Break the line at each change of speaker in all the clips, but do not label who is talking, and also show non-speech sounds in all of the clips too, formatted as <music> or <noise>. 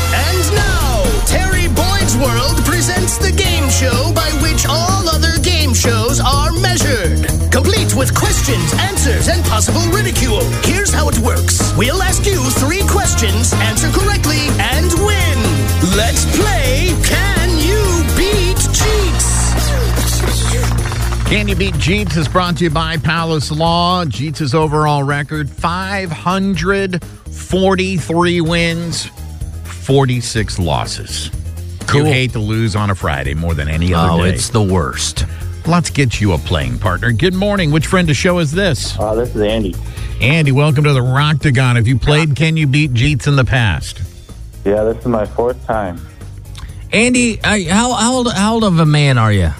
And now, Terry Boyd's World presents the game show by which all other game shows are measured. Complete with questions, answers, and possible ridicule. Here's how it works We'll ask you three questions, answer correctly, and win. Let's play Can You Beat Cheats?
Can You Beat Jeets is brought to you by Palace Law. Jeets' overall record 543 wins, 46 losses. You hate to lose on a Friday more than any other
Oh,
day.
it's the worst.
Let's get you a playing partner. Good morning. Which friend to show is this?
Uh, this is Andy.
Andy, welcome to the Rocktagon. Have you played Can You Beat Jeets in the past?
Yeah, this is my fourth time.
Andy, I, how, how, old, how old of a man are you?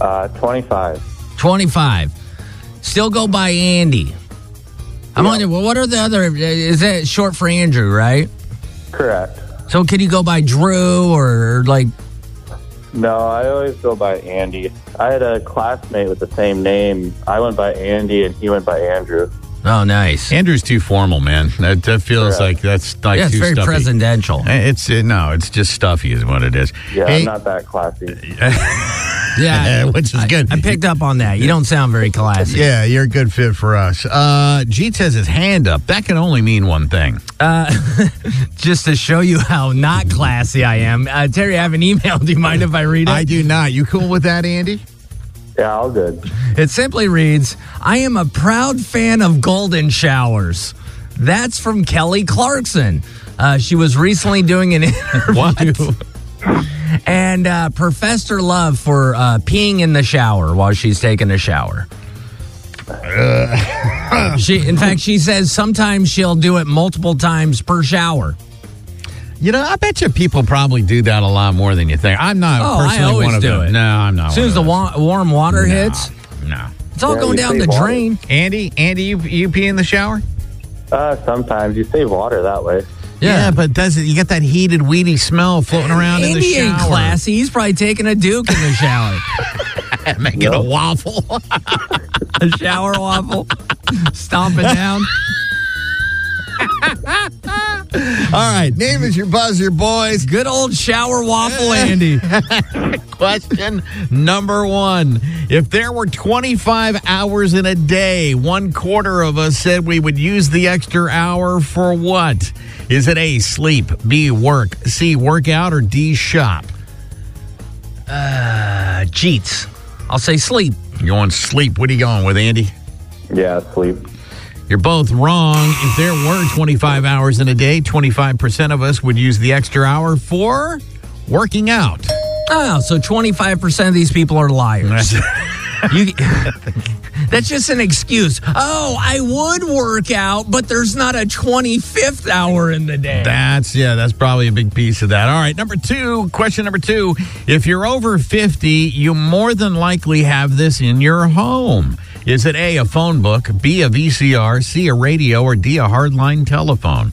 Uh, 25.
25. Still go by Andy. I'm wondering, well, what are the other, is that short for Andrew, right?
Correct.
So can you go by Drew or like,
No, I always go by Andy. I had a classmate with the same name. I went by Andy and he went by Andrew.
oh, nice.
Andrew's too formal, man. That, that feels
Correct.
like that's like
yeah, it's
too
very
stuffy.
presidential.
<laughs> It's uh, no, it's just stuffy is what it is.
Yeah,
Hey,
I'm not that classy.
Yeah.
which is
I,
good.
I picked up on that. You don't sound very classy.
Yeah, you're a good fit for us. Uh, Jeets has his hand up. That can only mean one thing.
Just to show you how not classy I am, uh, Terry, I have an email. <laughs> Do you mind if I read it?
I do not. You cool with that,
<laughs>
Andy?
Yeah, all good.
It simply reads I am a proud fan of golden showers. That's from Kelly Clarkson. Uh, she was recently doing an <laughs> interview and uh, professed her love for uh, peeing in the shower while she's taking a shower. she, in fact, she says sometimes she'll do it multiple times per shower.
You know, I bet you people probably do that a lot more than you think. I'm not
Oh, I
personally
always
one of
do
them.
it.
No, I'm not.
As soon
one
as the
of
wa- warm water
those.
hits,
No, no.
it's all
Yeah,
going
you
down the
save water.
drain.
Andy, Andy, you you pee in the shower?
Uh, sometimes you save water that way.
but does it? You get that heated, weedy smell floating around in the
Andy
shower.
ain't
<laughs>
classy. He's probably taking a duke in the shower.
Making a waffle.
a shower waffle, stomping down.
All right, name is your buzzer, boys.
Good old shower
<laughs>
waffle, Andy.
Question number one. If there were 25 hours in a day, one quarter of us said we would use the extra hour for what? Is it A, sleep, B, work, C, workout, or D, shop?
Uh, cheats. I'll say sleep.
You're going sleep. What are you going with, Andy?
Yeah, sleep.
You're both wrong. If there were 25 hours in a day, 25% of us would use the extra hour for working out.
Oh, so 25% of these people
<laughs>
are liars. you, that's just an excuse. Oh, I would work out, but there's not a 25th hour in the day.
That's yeah, that's probably a big piece of that. All right, number 2, question number 2. If you're over 50, you more than likely have this in your home. Is it A, a phone book, B, a VCR, C, a radio, or D, a hardline telephone?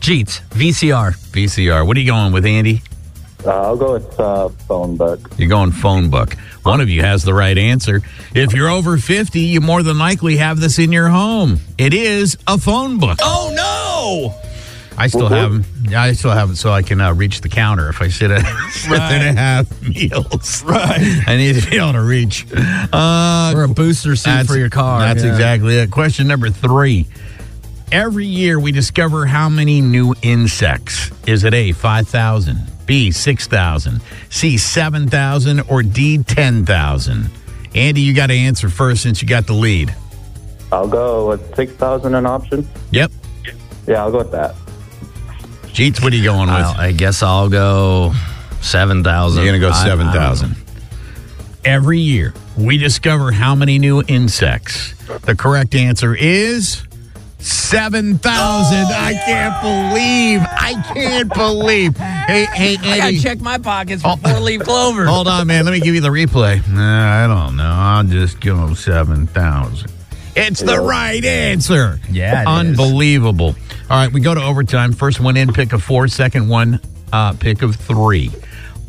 Cheats. VCR.
VCR. What are you going with, Andy?
Uh, I'll go with uh, phone book.
You're going phone book. One of you has the right answer. If you're over 50, you more than likely have this in your home. It is a phone book.
Oh, no!
I still haven't. Yeah, I still haven't. So I can uh, reach the counter if I sit, at, <laughs> sit there and have meals. Right. I need to be able to reach. Uh,
Or a booster suit for your car.
That's
yeah.
exactly it. Question number three. Every year we discover how many new insects. Is it A, 5,000, B, 6,000, C, 7,000, or D, 10,000? Andy, you got to answer first since you got the lead.
I'll go with 6,000 an option.
Yep.
Yeah, I'll go with that.
Jeets, what are you going with?
I'll, I guess I'll go seven thousand.
You're going to go
I- I don't know.
7,000. Every year we discover how many new insects. The correct answer is 7,000. I can't believe. I can't believe. Hey, hey, Oh.
I
Andy.
gotta check my pockets before leaf clover.
Hold on, man. Let me give you the replay. Nah, I don't know. I'll just give him 7,000. It's the right answer.
Yeah, it is.
Unbelievable. All right, we go to overtime. First one in, pick of four. Second one, uh, pick of three.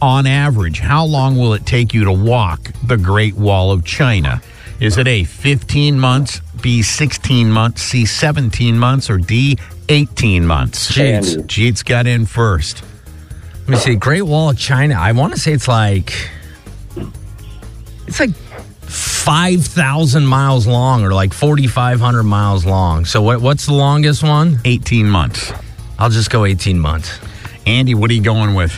On average, how long will it take you to walk the Great Wall of China? Is it A, 15 months, B, 16 months, C, 17 months, or D, 18 months?
Jeez. Andy.
Jeets got in first.
Let me see. Great Wall of China. I want to say it's like it's like five thousand miles long, or like forty five hundred miles long. So what? What's the longest one?
18 months.
I'll just go eighteen months.
Andy, what are you going with?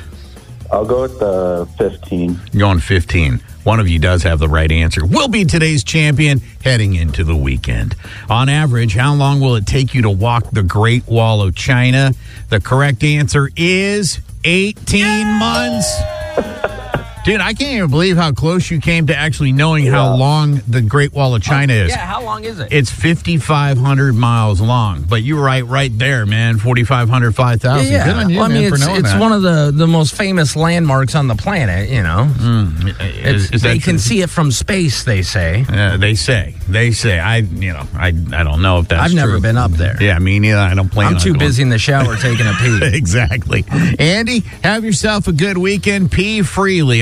I'll go with the 15.
Going 15. One of you does have the right answer. Will be today's champion heading into the weekend. On average, how long will it take you to walk the Great Wall of China? The correct answer is 18 months. Dude, I can't even believe how close you came to actually knowing how long the Great Wall of China is.
Yeah, how long is it?
It's 5,500 miles long, but you're right, right there, man. 4,500, 5,000.
yeah,
Good on you,
Well, I
man,
mean,
for
it's,
knowing
it's
that.
one of the, the most famous landmarks on the planet. You know,
Mm. Is-
It's-
is that
they can
true?
see it from space. They say.
Uh, they say. They say. I, you know, I, I don't know if that's
I've never
true.
been up there.
Yeah, me neither. I don't plan
I'm
on
too
going.
busy in the shower taking a pee.
<laughs> exactly. Andy, have yourself a good weekend. Pee freely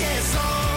Yes, oh.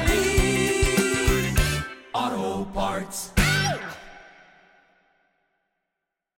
O'Reilly. Auto parts.